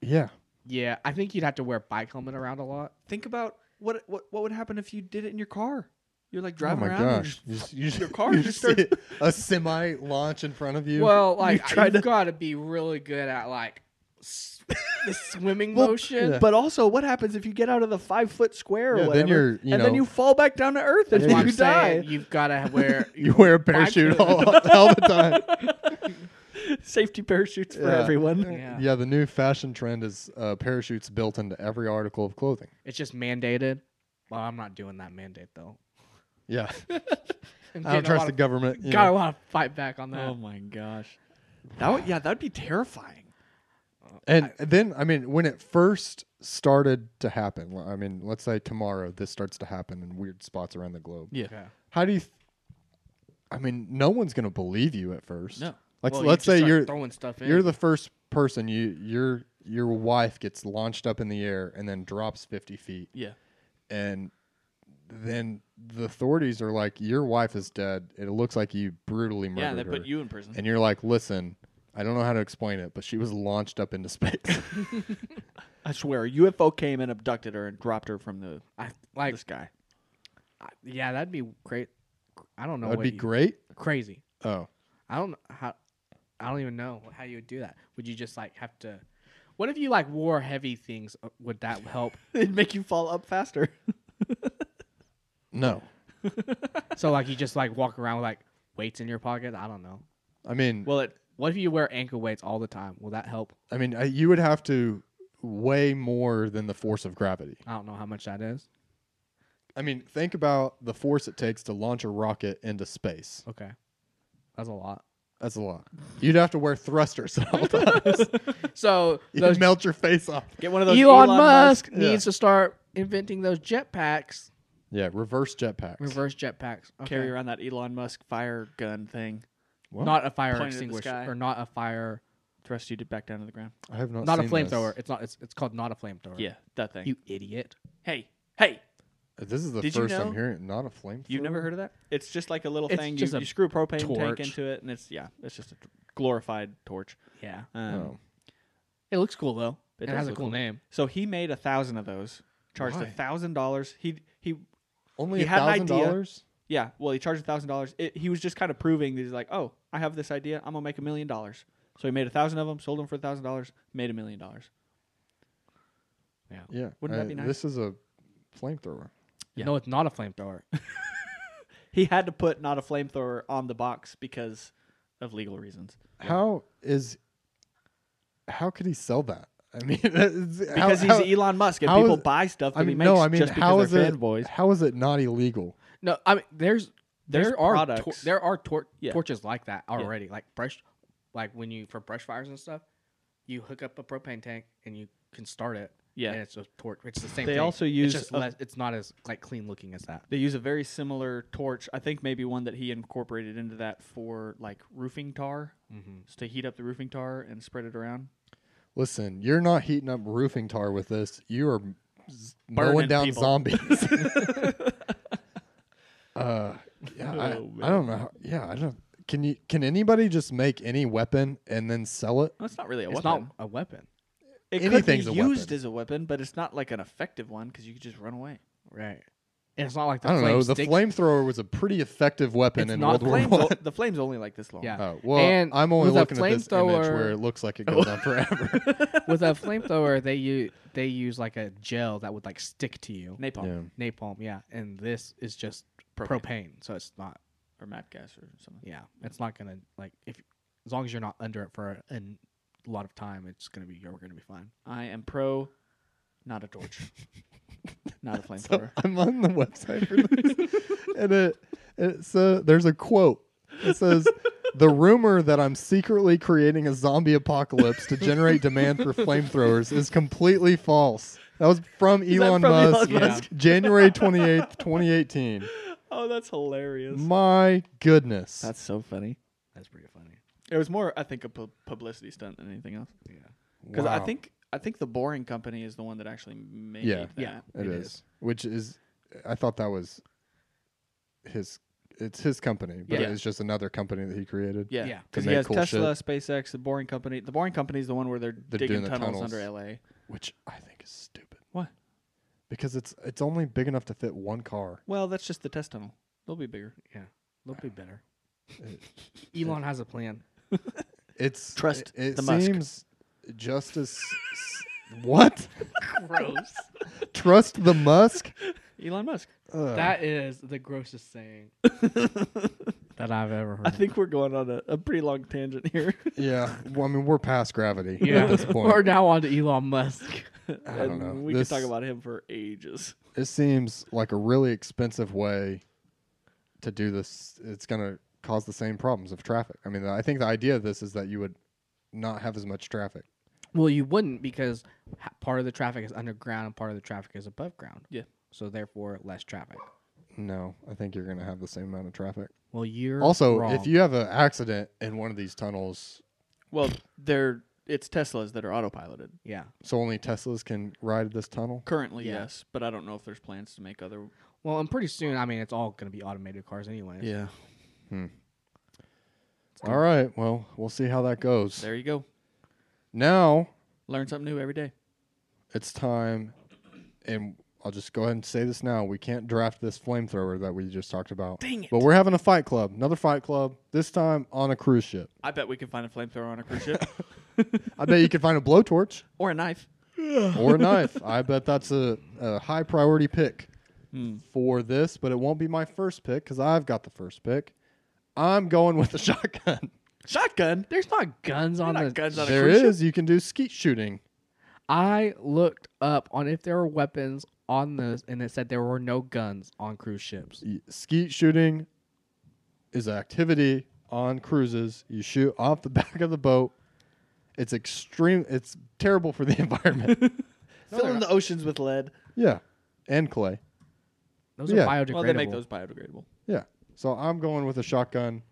Speaker 1: yeah,
Speaker 2: Yeah, I think you'd have to wear bike helmet around a lot.
Speaker 4: Think about what what what would happen if you did it in your car. You're like
Speaker 1: oh my
Speaker 4: driving around. and
Speaker 1: gosh, you just, you just,
Speaker 4: your car
Speaker 1: you
Speaker 4: just
Speaker 1: see
Speaker 4: starts-
Speaker 1: a semi launch in front of you.
Speaker 2: Well, like you
Speaker 4: try
Speaker 2: have
Speaker 4: to-
Speaker 2: got to be really good at like s- the swimming motion.
Speaker 1: yeah.
Speaker 4: But also, what happens if you get out of the five foot square or
Speaker 1: Yeah, then
Speaker 4: whatever,
Speaker 1: you're, you
Speaker 4: and then
Speaker 1: know-
Speaker 4: you fall back down to earth and
Speaker 2: That's why
Speaker 4: you
Speaker 2: I'm saying
Speaker 4: die?
Speaker 2: You've got to wear
Speaker 1: you wear a parachute all, all the time.
Speaker 3: Safety parachutes for
Speaker 1: Yeah.
Speaker 3: everyone.
Speaker 2: Yeah.
Speaker 1: Yeah, the new fashion trend is uh, parachutes built into every article of clothing.
Speaker 2: It's just mandated. Well, I'm not doing that mandate though.
Speaker 1: Yeah, I
Speaker 2: I'm
Speaker 1: don't
Speaker 2: getting a
Speaker 1: trust
Speaker 2: lot
Speaker 1: the
Speaker 2: of-
Speaker 1: government. you
Speaker 2: Got a
Speaker 1: know.
Speaker 2: lot of fight back on that.
Speaker 4: Oh my gosh.
Speaker 3: That would, yeah, that'd be terrifying.
Speaker 1: And then, I mean, when it first started to happen, l- I mean, let's say tomorrow this starts to happen in weird spots around the globe.
Speaker 4: Yeah.
Speaker 2: Okay.
Speaker 1: How do you? Th- I mean, no one's gonna believe you at first.
Speaker 4: No.
Speaker 1: Like,
Speaker 2: Well, you
Speaker 1: let's
Speaker 2: just
Speaker 1: say
Speaker 2: start
Speaker 1: you're
Speaker 2: throwing stuff in.
Speaker 1: you're the first person you your your wife gets launched up in the air and then drops fifty feet.
Speaker 4: Yeah.
Speaker 1: and then the authorities are like, "Your wife is dead. It looks like you brutally murdered
Speaker 4: Yeah, they
Speaker 1: her."
Speaker 4: put you in prison.
Speaker 1: and you're like, "Listen, I don't know how to explain it, but she was launched up into space."
Speaker 4: I swear, a UFO came and abducted her and dropped her from the,
Speaker 2: I, like
Speaker 4: the sky.
Speaker 2: I- yeah, that'd be great. I don't know.
Speaker 1: That'd
Speaker 2: what
Speaker 1: be
Speaker 2: you-
Speaker 1: great.
Speaker 2: Crazy.
Speaker 1: Oh,
Speaker 2: I don't know how. I don't even know how you would do that. Would you just like have to? What if you like wore heavy things? Uh, Would that help?
Speaker 3: It'd make you fall up faster.
Speaker 1: no.
Speaker 2: so like you just like walk around with like weights in your pocket. I don't know.
Speaker 1: I mean,
Speaker 2: Well, it. What if you wear ankle weights all the time? Will that help?
Speaker 1: I mean, I, you would have to weigh more than the force of gravity.
Speaker 2: I don't know how much that is.
Speaker 1: I mean, think about the force it takes to launch a rocket into space.
Speaker 2: Okay, that's a lot.
Speaker 1: That's a lot. You'd have to wear thrusters at all times.
Speaker 2: So
Speaker 1: You'd
Speaker 2: those
Speaker 1: melt your face off.
Speaker 4: Get one of those
Speaker 2: Elon, Musk,
Speaker 1: Yeah.
Speaker 2: needs to start inventing those jetpacks,
Speaker 1: Yeah, reverse jetpacks.
Speaker 2: reverse jetpacks. Okay.
Speaker 4: carry around that Elon Musk fire gun thing.
Speaker 1: What?
Speaker 2: not a fire
Speaker 4: Pointed at the
Speaker 2: extinguisher
Speaker 4: sky.
Speaker 2: or not a fire,
Speaker 4: Thrust you to back down to the ground.
Speaker 1: I have not.
Speaker 2: not a
Speaker 1: seen
Speaker 2: flamethrower. It's not. It's, it's called not a flamethrower.
Speaker 4: Yeah, that thing.
Speaker 2: you idiot.
Speaker 4: hey, hey,
Speaker 1: This, this is the
Speaker 4: Did you
Speaker 1: first
Speaker 4: know-
Speaker 1: I'm hearing. Not a flamethrower.
Speaker 4: you've never heard of that? It's just like a little
Speaker 2: It's
Speaker 4: thing. You,
Speaker 2: just a
Speaker 4: you screw a propane
Speaker 2: torch.
Speaker 4: tank into it, and it's yeah, it's just a t- glorified torch.
Speaker 2: Yeah,
Speaker 4: Um,
Speaker 1: Oh.
Speaker 2: it looks cool though.
Speaker 4: It
Speaker 2: It,
Speaker 4: does
Speaker 2: has a
Speaker 4: look
Speaker 2: cool
Speaker 4: cool.
Speaker 2: name.
Speaker 4: So he made a thousand of those, charged
Speaker 1: Why?
Speaker 4: a thousand dollars. He he
Speaker 1: Only
Speaker 4: He
Speaker 1: a
Speaker 4: had an
Speaker 1: thousand
Speaker 4: idea.
Speaker 1: dollars.
Speaker 4: yeah. Well, he charged a thousand dollars. He was just kind of proving that he's like, oh, I have this idea. I'm gonna make a million dollars. So he made a thousand of them, sold them for a thousand dollars, made a million dollars.
Speaker 1: Yeah.
Speaker 4: Wouldn't that
Speaker 1: I-
Speaker 4: be nice?
Speaker 1: This is a flamethrower.
Speaker 4: Yeah.
Speaker 2: No, it's not a flamethrower.
Speaker 4: He had to put not a flamethrower on the box because of legal reasons.
Speaker 1: How is? How could he sell that? I mean, because
Speaker 4: Because he's Elon Musk, and
Speaker 1: how
Speaker 4: people
Speaker 1: is-
Speaker 4: buy stuff that
Speaker 1: I
Speaker 4: he
Speaker 1: mean,
Speaker 4: makes
Speaker 1: no. I mean,
Speaker 4: just because
Speaker 1: how is
Speaker 4: they're
Speaker 1: it?
Speaker 4: fanboys.
Speaker 1: How is it not illegal?
Speaker 2: No, I mean there's
Speaker 4: There's
Speaker 2: there are tor-
Speaker 4: products.
Speaker 2: there are tor-
Speaker 4: Yeah.
Speaker 2: torches like that already, like brush, like when you for brush fires and stuff, you hook up a propane tank and you can start it.
Speaker 4: Yeah.
Speaker 2: and it's a torch. It's the same.
Speaker 4: They
Speaker 2: thing.
Speaker 4: also
Speaker 2: It's
Speaker 4: use
Speaker 2: just
Speaker 4: a-
Speaker 2: less, it's not as like clean looking as that.
Speaker 4: They use a very similar torch. I think maybe one that he incorporated into that for like roofing tar, so to heat up the roofing tar and spread it around.
Speaker 1: Listen, you're not heating up roofing tar with this. You are z- mowing
Speaker 4: Burning
Speaker 1: down
Speaker 4: people.
Speaker 1: zombies. uh, yeah, I,
Speaker 4: Oh,
Speaker 1: I don't know. how- Yeah, I don't. Can you? Can anybody just make any weapon and then sell it?
Speaker 4: That's not really a
Speaker 2: It's
Speaker 4: weapon.
Speaker 2: not a weapon,
Speaker 4: it
Speaker 1: anything's a
Speaker 4: could be used
Speaker 1: weapon.
Speaker 4: as a weapon, but it's not like an effective one because you could just run away.
Speaker 2: right? And it's not like the
Speaker 1: I don't
Speaker 2: flame
Speaker 1: know. The
Speaker 2: stick-
Speaker 1: flamethrower was a pretty effective weapon
Speaker 2: It's
Speaker 1: in World
Speaker 2: not a
Speaker 1: War
Speaker 4: Flames,
Speaker 1: One.
Speaker 4: o- the flame's only like this long.
Speaker 2: Yeah.
Speaker 1: Oh well,
Speaker 2: And
Speaker 1: I'm only
Speaker 2: with a
Speaker 1: looking at this image
Speaker 2: flamethrower-
Speaker 1: where it looks like it goes on forever.
Speaker 2: With a flamethrower, they use they use like a gel that would like stick to you.
Speaker 4: Napalm
Speaker 1: yeah.
Speaker 2: Napalm, yeah. And this is just propane,
Speaker 4: Propane.
Speaker 2: so it's not.
Speaker 4: or map gas or something.
Speaker 2: Yeah, it's not gonna like if as long as you're not under it for a, an- a lot of time, it's gonna be you're gonna be fine.
Speaker 4: I am pro, not a torch, not a flamethrower.
Speaker 1: I'm on the website for this, and it, it so there's a quote. It says, "The rumor that I'm secretly creating a zombie apocalypse to generate demand for flamethrowers is completely false." That was from Elon
Speaker 4: from Elon
Speaker 1: Musk,
Speaker 4: Musk?
Speaker 1: January 28th, 2018.
Speaker 4: oh, that's hilarious.
Speaker 1: My goodness.
Speaker 4: That's so funny.
Speaker 2: That's pretty funny.
Speaker 4: It was more, I think, a pu- publicity stunt than anything else.
Speaker 2: Yeah,
Speaker 4: Because I
Speaker 1: Wow.
Speaker 4: think I think the Boring Company is the one that actually made
Speaker 1: Yeah.
Speaker 4: that.
Speaker 2: Yeah.
Speaker 1: it
Speaker 2: It
Speaker 1: is.
Speaker 2: is.
Speaker 1: Which is, I thought that was his. It's his company, but
Speaker 4: Yeah.
Speaker 1: it's just another company that he created.
Speaker 4: Yeah,
Speaker 2: Yeah.
Speaker 4: because
Speaker 1: To
Speaker 4: he
Speaker 1: make
Speaker 4: has
Speaker 1: cool
Speaker 4: Tesla, SpaceX, the Boring Company. The Boring Company is the one where they're,
Speaker 1: They're doing
Speaker 4: digging
Speaker 1: the
Speaker 4: tunnels,
Speaker 1: tunnels.
Speaker 4: under LA.
Speaker 1: which I think is stupid.
Speaker 4: Why?
Speaker 1: Because it's it's only big enough to fit one car.
Speaker 4: Well, that's just the test tunnel. They'll be bigger.
Speaker 2: yeah, they'll be better. Elon has a plan.
Speaker 1: It's
Speaker 4: Trust
Speaker 1: It, it
Speaker 4: the Musk.
Speaker 1: seems just as s- what
Speaker 2: Gross.
Speaker 1: trust the Musk.
Speaker 4: Elon Musk.
Speaker 1: Ugh.
Speaker 2: that is the grossest saying. that I've ever heard.
Speaker 4: I think we're going on a, a pretty long tangent here.
Speaker 1: Uh, Yeah. Well, I mean, we're past gravity
Speaker 2: Yeah.
Speaker 1: at this
Speaker 2: We're
Speaker 1: point.
Speaker 2: now on to Elon Musk.
Speaker 1: I don't know.
Speaker 4: And We
Speaker 1: This-
Speaker 4: could talk about him for ages.
Speaker 1: It seems like a really expensive way to do this. It's going to cause the same problems of traffic. I mean, I think the idea of this is that you would not have as much traffic.
Speaker 2: Well, you wouldn't because h- part of the traffic is underground and part of the traffic is above ground.
Speaker 4: Yeah.
Speaker 2: So therefore, less traffic.
Speaker 1: No, I think you're going to have the same amount of traffic.
Speaker 2: Well, you're
Speaker 1: Also,
Speaker 2: wrong.
Speaker 1: if you have an accident in one of these tunnels,
Speaker 4: Well, they're it's Teslas that are autopiloted
Speaker 2: yeah.
Speaker 1: so only Teslas can ride this tunnel.
Speaker 4: currently,
Speaker 2: Yeah.
Speaker 4: yes, but I don't know if there's plans to make other.
Speaker 2: Well, and pretty soon, I mean, it's all going to be automated cars anyway.
Speaker 4: Yeah,
Speaker 1: All right. Well, we'll see how that goes.
Speaker 4: there you go.
Speaker 1: Now
Speaker 4: Learn something new every day.
Speaker 1: it's time, and I'll just go ahead and say this now. We can't draft this flamethrower that we just talked about.
Speaker 4: Dang it.
Speaker 1: But we're having a fight club, another fight club, this time on a cruise ship.
Speaker 4: I bet we can find a flamethrower on a cruise ship
Speaker 1: I bet you can find a blowtorch
Speaker 4: or a knife.
Speaker 1: or a knife. I bet that's a, a high priority pick
Speaker 4: Hmm.
Speaker 1: for this, but it won't be my first pick because I've got the first pick. I'm going with the shotgun.
Speaker 4: Shotgun.
Speaker 2: There's not guns on
Speaker 4: Not
Speaker 2: the.
Speaker 4: guns on a
Speaker 1: There
Speaker 4: cruise ship.
Speaker 1: is. You can do skeet shooting.
Speaker 2: I looked up on if there were weapons on this, and it said there were no guns on cruise ships.
Speaker 1: Y- Skeet shooting is an activity on cruises. You shoot off the back of the boat. It's extreme. It's terrible for the environment.
Speaker 4: Filling the oceans with lead.
Speaker 1: yeah, and clay.
Speaker 2: Those
Speaker 1: Yeah.
Speaker 2: are biodegradable.
Speaker 4: Well, they make those biodegradable.
Speaker 1: Yeah. So I'm going with a shotgun.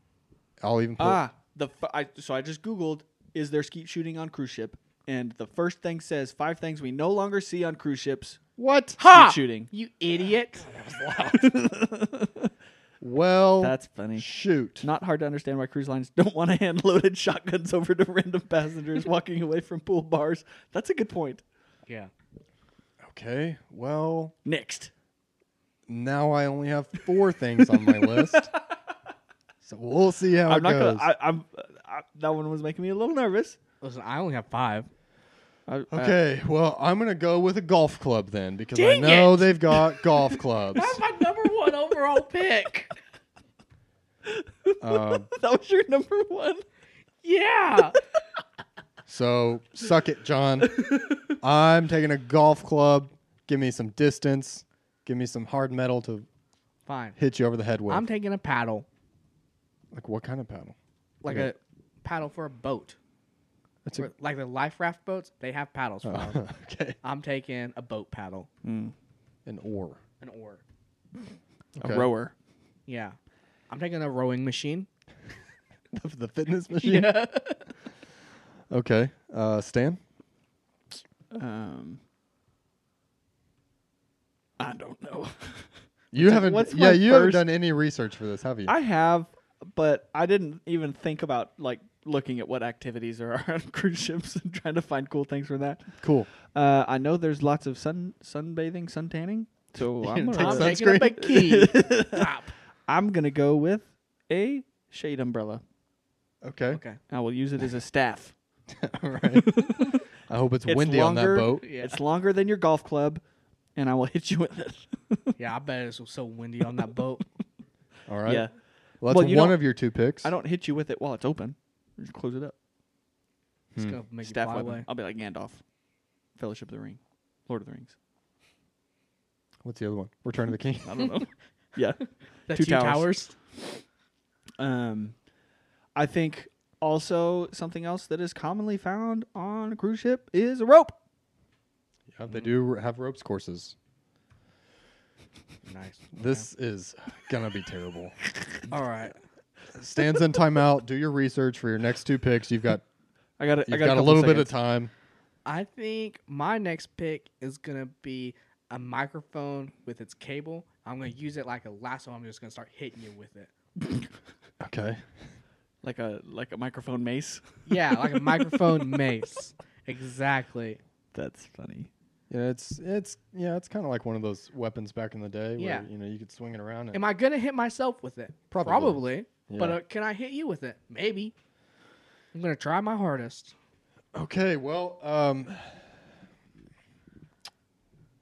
Speaker 1: I'll even put.
Speaker 4: Ah, the f- I, so I just googled is there skeet shooting on cruise ship, and the first thing says five things we no longer see on cruise ships.
Speaker 1: what?
Speaker 2: Ha!
Speaker 4: Skeet shooting.
Speaker 2: You idiot!
Speaker 1: Well,
Speaker 4: That's funny.
Speaker 1: shoot.
Speaker 4: Not hard to understand why cruise lines don't want to hand loaded shotguns over to random passengers walking away from pool bars. That's a good point.
Speaker 2: yeah.
Speaker 1: Okay. Well,
Speaker 4: Next.
Speaker 1: now I only have four things on my list. So we'll see how
Speaker 4: I'm
Speaker 1: it
Speaker 4: not
Speaker 1: goes.
Speaker 4: gonna. I, uh, I'm. I, that one was making me a little nervous. Uh,
Speaker 2: Listen, I only have five.
Speaker 4: I- I-
Speaker 1: okay. Well, I'm gonna go with a golf club then because
Speaker 2: Dang
Speaker 1: I know
Speaker 2: it!
Speaker 1: they've got golf clubs.
Speaker 2: my number one overall pick.
Speaker 1: Um,
Speaker 4: that was your number one.
Speaker 2: Yeah.
Speaker 1: So suck it, John. I'm taking a golf club. Give me some distance. Give me some hard metal to
Speaker 2: Fine.
Speaker 1: hit you over the head with.
Speaker 2: I'm taking a paddle,
Speaker 1: like what kind of paddle?
Speaker 2: like
Speaker 1: Okay.
Speaker 2: a paddle for a boat.
Speaker 1: That's a,
Speaker 2: For- like the life raft boats, they have paddles for them.
Speaker 1: okay.
Speaker 2: I'm taking a boat paddle,
Speaker 1: An oar.
Speaker 2: an oar.
Speaker 1: Okay.
Speaker 4: A rower.
Speaker 2: Yeah. I'm taking a rowing machine.
Speaker 1: the, the fitness machine. Okay. Uh, Stan.
Speaker 4: Um. I don't know.
Speaker 1: You haven't.
Speaker 4: what's
Speaker 1: yeah,
Speaker 4: my
Speaker 1: you haven't
Speaker 4: first-
Speaker 1: done any research for this, have you?
Speaker 4: I have, but I didn't even think about like looking at what activities there are on cruise ships and trying to find cool things from that.
Speaker 1: cool.
Speaker 4: Uh, I know there's lots of sun sunbathing, suntanning. So I'm
Speaker 1: didn't
Speaker 4: gonna,
Speaker 1: Take
Speaker 2: I'm
Speaker 1: sun-
Speaker 2: taking a bikini top.
Speaker 4: I'm gonna go with a shade umbrella.
Speaker 1: Okay.
Speaker 2: Okay.
Speaker 4: I will use it as a staff.
Speaker 1: All right. I hope it's,
Speaker 4: It's
Speaker 1: windy on
Speaker 4: longer-
Speaker 1: that boat.
Speaker 2: Yeah.
Speaker 4: It's longer than your golf club, and I will hit you with it.
Speaker 2: yeah, I bet it was so windy on that boat.
Speaker 1: All right.
Speaker 4: Yeah,
Speaker 1: Well,
Speaker 4: Well,
Speaker 1: that's
Speaker 4: you
Speaker 1: one
Speaker 4: don't-
Speaker 1: of your two picks.
Speaker 4: I don't hit you with it while it's open. Just close it up.
Speaker 2: It's gonna make
Speaker 4: Hmm. Staff Uh,
Speaker 2: it fly
Speaker 4: weapon.
Speaker 2: away.
Speaker 4: I'll be like Gandalf, Fellowship of the Ring, Lord of the Rings.
Speaker 1: What's the other one? Return of the King.
Speaker 4: I don't know. yeah.
Speaker 2: The
Speaker 4: Two
Speaker 2: two towers.
Speaker 4: towers. Um, I think also something else that is commonly found on a cruise ship is a rope.
Speaker 1: yeah, they do have ropes courses.
Speaker 2: Nice.
Speaker 1: This is gonna be terrible.
Speaker 2: All right.
Speaker 1: Stands in timeout. Do your research for your next two picks. You've got
Speaker 4: I got. I
Speaker 1: you've
Speaker 4: got,
Speaker 1: got, a little bit of time.
Speaker 2: I think my next pick is gonna be a microphone with its cable. I'm gonna use it like a lasso. I'm just gonna start hitting you with it.
Speaker 1: Okay.
Speaker 4: like a like a microphone mace.
Speaker 2: Yeah, like a microphone mace. Exactly.
Speaker 4: That's funny.
Speaker 1: Yeah, it's it's yeah, it's kind of like one of those weapons back in the day where
Speaker 2: Yeah.
Speaker 1: you know you could swing it around. And,
Speaker 2: Am I gonna hit myself with it?
Speaker 1: Probably.
Speaker 2: But
Speaker 1: Yeah.
Speaker 2: uh, can I hit you with it? Maybe. I'm gonna try my hardest.
Speaker 1: okay, well, um,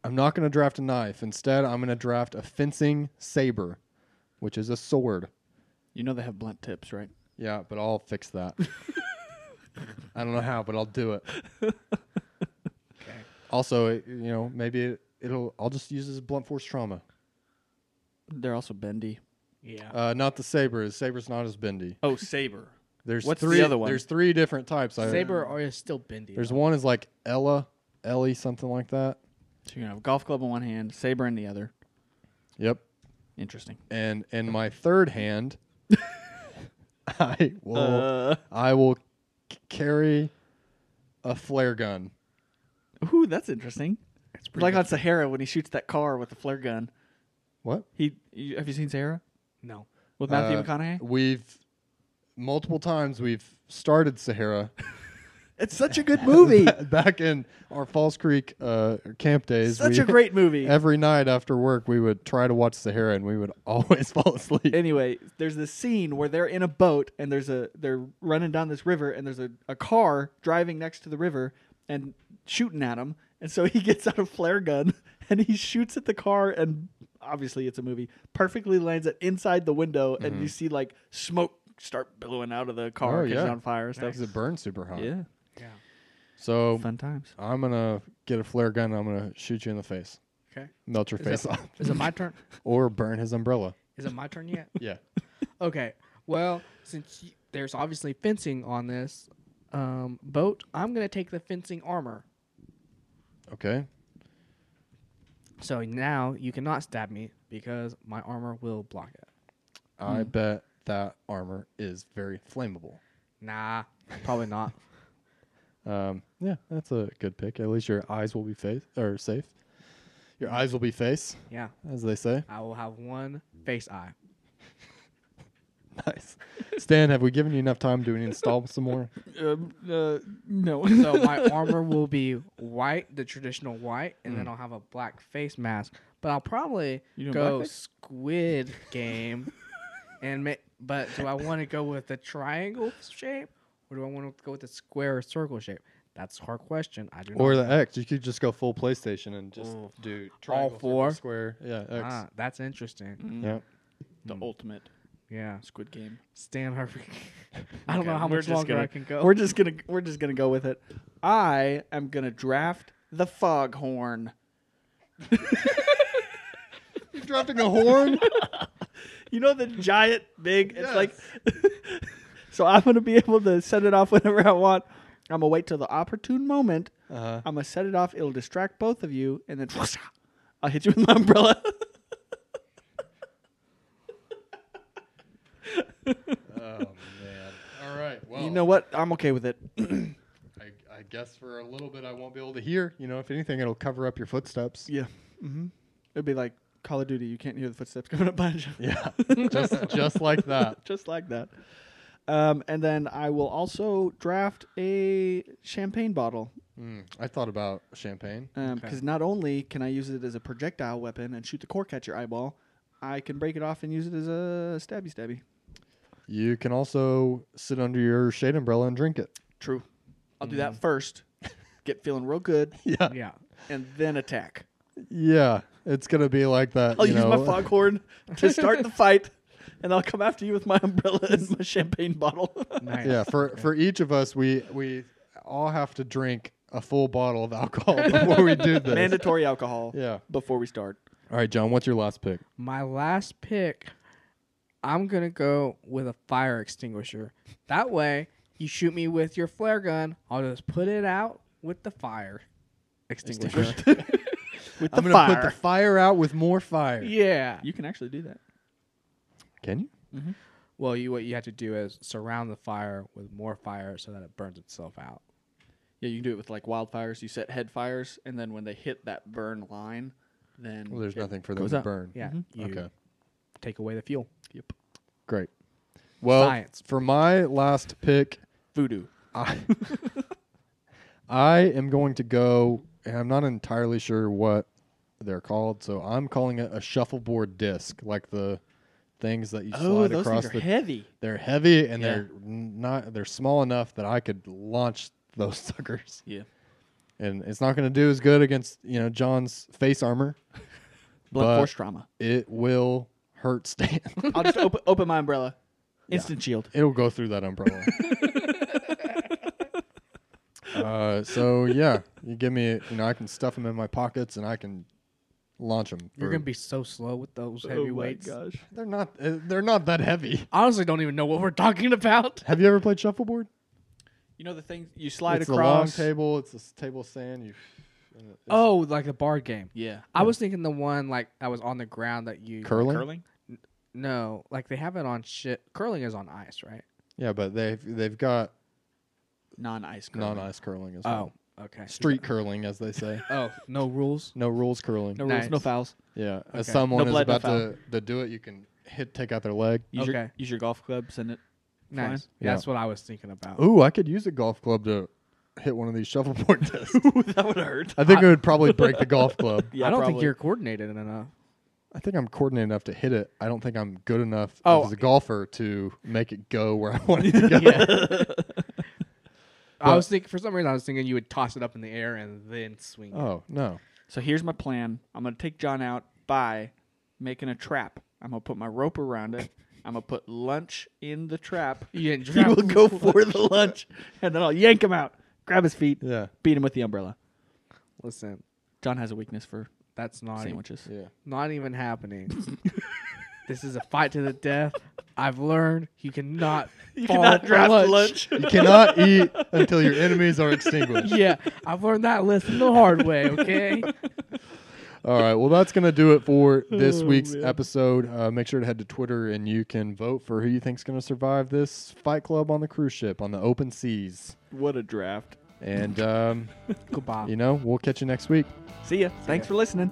Speaker 1: I'm not going to draft a knife. Instead, I'm going to draft a fencing saber, which is a sword.
Speaker 3: You know they have blunt tips, right?
Speaker 1: Yeah, but I'll fix that. I don't know how, but I'll do it.
Speaker 2: Okay.
Speaker 1: Also, it- you know, maybe it, it'll. I'll just use this as blunt force trauma.
Speaker 3: They're also bendy.
Speaker 2: Yeah.
Speaker 1: Uh, not the saber. The saber's not as bendy.
Speaker 4: Oh, saber.
Speaker 1: There's
Speaker 3: What's the
Speaker 1: three.
Speaker 3: other one?
Speaker 1: There's three different types. I-
Speaker 2: Uh, Saber or is still bendy.
Speaker 1: There's
Speaker 2: though.
Speaker 1: one is like Ella, Ellie, something like that.
Speaker 3: So you're gonna have a golf club in one hand, saber in the other.
Speaker 1: Yep.
Speaker 3: Interesting.
Speaker 1: And in my third hand, I will.
Speaker 3: Uh.
Speaker 1: I will c- carry a flare gun.
Speaker 3: Ooh, that's interesting. It's like on Sahara when he shoots that car with the flare gun.
Speaker 1: What?
Speaker 3: He you, have you seen Sahara
Speaker 2: No.
Speaker 3: with Matthew
Speaker 1: Uh,
Speaker 3: McConaughey?
Speaker 1: We've multiple times we've started Sahara
Speaker 3: It's such a good movie.
Speaker 1: back in our Falls Creek uh, camp days.
Speaker 3: such
Speaker 1: we-
Speaker 3: a great movie.
Speaker 1: Every night after work, we would try to watch Sahara, and we would always fall asleep.
Speaker 3: anyway,
Speaker 4: There's this scene where they're in a boat and there's a they're running down this river and there's a, a car driving next to the river and shooting at him. And so he gets out a flare gun and he shoots at the car and obviously it's a movie. Perfectly lands it inside the window and you see like smoke start billowing out of the
Speaker 1: Mm-hmm. Oh,
Speaker 4: car 'cause
Speaker 1: yeah.
Speaker 4: it's on fire and stuff.
Speaker 1: Because it burns super hot.
Speaker 4: Yeah.
Speaker 2: Yeah.
Speaker 1: So
Speaker 4: Fun times.
Speaker 1: I'm gonna get a flare gun. I'm gonna shoot you in the face,
Speaker 2: Okay.
Speaker 1: melt your
Speaker 2: Is
Speaker 1: face
Speaker 2: that-
Speaker 1: off,
Speaker 2: Is it my turn?
Speaker 1: or burn his umbrella.
Speaker 2: Is it my turn yet?
Speaker 1: Yeah.
Speaker 2: Okay. Well, since y there's obviously fencing on this um, boat, I'm gonna take the fencing armor.
Speaker 1: Okay.
Speaker 2: So now you cannot stab me because my armor will block it.
Speaker 1: I
Speaker 3: Hmm.
Speaker 1: bet that armor is very flammable.
Speaker 2: Nah, probably not.
Speaker 1: Um, yeah, that's a good pick. At least your eyes will be face or safe. Your eyes will be face,
Speaker 2: Yeah,
Speaker 1: as they say.
Speaker 2: I will have one face eye.
Speaker 1: Nice. Stan, have we given you enough time? Do we need to stall some more?
Speaker 4: Um, uh, no.
Speaker 2: So my armor will be white, the traditional white, and then I'll have a black face mask. But I'll probably
Speaker 3: Mm. doing
Speaker 2: go
Speaker 3: blackface?
Speaker 2: Squid Game, and ma- but do I want to go with the triangle shape or do I want to go with the square or circle shape? That's a hard question. I do not.
Speaker 1: Or the X? You could just go full PlayStation and just
Speaker 2: Ooh.
Speaker 1: do triangle, circle,
Speaker 2: four?
Speaker 1: square. Yeah, X.
Speaker 2: Ah, that's interesting.
Speaker 3: Mm.
Speaker 1: Yeah.
Speaker 3: the ultimate
Speaker 2: Yeah,
Speaker 3: Squid Game.
Speaker 2: Stan Harvey. I don't know
Speaker 3: Okay,
Speaker 2: how
Speaker 3: we're
Speaker 2: much
Speaker 3: just
Speaker 2: longer
Speaker 3: gonna-
Speaker 2: I can go.
Speaker 3: We're just gonna we're just gonna go with it. I am gonna draft the foghorn.
Speaker 1: You're dropping a horn.
Speaker 4: You know the giant big. It's
Speaker 1: Yes.
Speaker 4: like. so I'm gonna be able to set it off whenever I want. I'm gonna wait till the opportune moment.
Speaker 1: Uh-huh.
Speaker 4: I'm gonna set it off. It'll distract both of you, and then I'll hit you with my umbrella.
Speaker 1: oh man. All right. Well,
Speaker 4: You know what? I'm okay with it.
Speaker 1: I, I guess for a little bit I won't be able to hear. You know, if anything, it'll cover up your footsteps.
Speaker 4: Yeah. Mm-hmm. It'd be like Call of Duty. You can't hear the footsteps coming up behind you.
Speaker 1: Yeah. just just like that.
Speaker 4: Just like that. Um, and then I will also draft a champagne bottle
Speaker 1: Mm, I thought about champagne.
Speaker 4: because
Speaker 2: Okay.
Speaker 4: not only can I use it as a projectile weapon and shoot the cork at your eyeball, I can break it off and use it as a stabby stabby.
Speaker 1: You can also sit under your shade umbrella and drink it.
Speaker 4: True. I'll do that first, get feeling real good,
Speaker 1: Yeah.
Speaker 2: yeah.
Speaker 4: and then attack.
Speaker 1: Yeah. It's gonna be like that.
Speaker 4: I'll
Speaker 1: you
Speaker 4: use
Speaker 1: know.
Speaker 4: my foghorn to start the fight, and I'll come after you with my umbrella and my champagne bottle.
Speaker 2: Nice.
Speaker 1: Yeah. For for each of us, we we all have to drink a full bottle of alcohol before we do this.
Speaker 4: Mandatory alcohol
Speaker 1: Yeah.
Speaker 4: before we start.
Speaker 1: All right, John. What's your last pick?
Speaker 2: My last pick, I'm gonna go with a fire extinguisher. That way, you shoot me with your flare gun. I'll just put it out with the fire extinguisher.
Speaker 4: With
Speaker 1: I'm
Speaker 4: the
Speaker 1: gonna
Speaker 4: fire.
Speaker 1: put the fire out with more fire.
Speaker 2: yeah.
Speaker 4: you can actually do that.
Speaker 1: Can you?
Speaker 2: Well, you what you have to do is surround the fire with more fire so that it burns itself out.
Speaker 3: Yeah, you can do it with like wildfires. You set head fires, and then when they hit that burn line, then
Speaker 1: Well, there's
Speaker 3: it-
Speaker 1: nothing for them
Speaker 3: goes
Speaker 1: to
Speaker 3: up.
Speaker 1: burn.
Speaker 2: Yeah. You
Speaker 1: Mm-hmm. Okay.
Speaker 2: Take away the fuel.
Speaker 3: Yep.
Speaker 1: Great. Well,
Speaker 2: Science.
Speaker 1: for my last pick,
Speaker 3: Voodoo.
Speaker 1: I, I am going to go, and I'm not entirely sure what they're called, so I'm calling it a shuffleboard disc, like the Oh, things that you
Speaker 4: Oh,
Speaker 1: slide across the.
Speaker 3: heavy.
Speaker 1: They're heavy and
Speaker 3: Yeah.
Speaker 1: they're n- not. They're small enough that I could launch those suckers,
Speaker 3: Yeah.
Speaker 1: and it's not going to do as good against you know John's face armor.
Speaker 3: Blood
Speaker 1: But-
Speaker 3: force trauma.
Speaker 1: It will hurt Stan.
Speaker 4: I'll just open, open my umbrella. Instant shield.
Speaker 1: It'll go through that umbrella. uh, so yeah, you give me, you know, I can stuff them in my pockets and I can launch them.
Speaker 2: You're gonna be so slow with those heavyweights.
Speaker 6: Oh my gosh.
Speaker 1: They're not. Uh, they're not that heavy.
Speaker 2: Honestly, don't even know what we're talking about.
Speaker 1: Have you ever played shuffleboard?
Speaker 4: You know the thing you slide
Speaker 1: it's
Speaker 4: across.
Speaker 1: a long table. It's a s- table stand. You. and it's
Speaker 2: Oh, like the bar game.
Speaker 4: Yeah.
Speaker 2: I was thinking the one like that was on the ground that you
Speaker 1: curling.
Speaker 4: Curling.
Speaker 2: no, like they have it on shit. Curling is on ice, right?
Speaker 1: Yeah, but they've they've got
Speaker 4: Non ice curling.
Speaker 1: non-ice curling as well.
Speaker 2: Oh, okay.
Speaker 1: Street curling, as they say.
Speaker 2: Oh, no rules.
Speaker 1: No rules curling.
Speaker 4: No rules, no
Speaker 2: Nice.
Speaker 4: fouls.
Speaker 1: Yeah, as
Speaker 2: Okay.
Speaker 1: someone
Speaker 4: No
Speaker 1: is
Speaker 4: blood, no
Speaker 1: about to, to do it, you can hit take out their leg.
Speaker 4: Use your
Speaker 2: Okay.
Speaker 4: use your golf club, send it. Fine.
Speaker 2: Nice.
Speaker 1: Yeah.
Speaker 2: That's what I was thinking about.
Speaker 1: Ooh, I could use a golf club to hit one of these shuffleboard tests.
Speaker 4: that would hurt.
Speaker 1: I think it would probably break the golf club.
Speaker 4: Yeah,
Speaker 2: I don't think
Speaker 4: probably.
Speaker 2: you're coordinated enough.
Speaker 1: I think I'm coordinated enough to hit it. I don't think I'm good enough
Speaker 2: Oh.
Speaker 1: as a golfer to make it go where I want it to go.
Speaker 2: I was thinking for some reason I was thinking you would toss it up in the air and then swing. it.
Speaker 1: Oh no!
Speaker 4: So here's my plan. I'm gonna take John out by making a trap. I'm gonna put my rope around it. I'm gonna put lunch in the trap.
Speaker 2: You didn't
Speaker 4: He
Speaker 2: drop
Speaker 4: will go for the lunch, and then I'll yank him out, grab his feet,
Speaker 1: Yeah,
Speaker 4: beat him with the umbrella.
Speaker 2: Listen,
Speaker 4: John has a weakness for
Speaker 2: that's not e-
Speaker 4: sandwiches.
Speaker 1: yeah.
Speaker 2: not even happening. this is a fight to the death. I've learned you cannot you
Speaker 4: cannot draft lunch.
Speaker 1: You cannot eat until your enemies are extinguished.
Speaker 2: yeah, I've learned that lesson the hard way. Okay.
Speaker 1: All right. Well, that's gonna do it for this week's episode. Uh, make sure to head to Twitter and you can vote for who you think's gonna survive this Fight Club on the cruise ship on the open seas.
Speaker 4: What a draft.
Speaker 1: And um,
Speaker 2: Goodbye.
Speaker 1: you know, we'll catch you next week.
Speaker 4: See ya. Thanks for listening.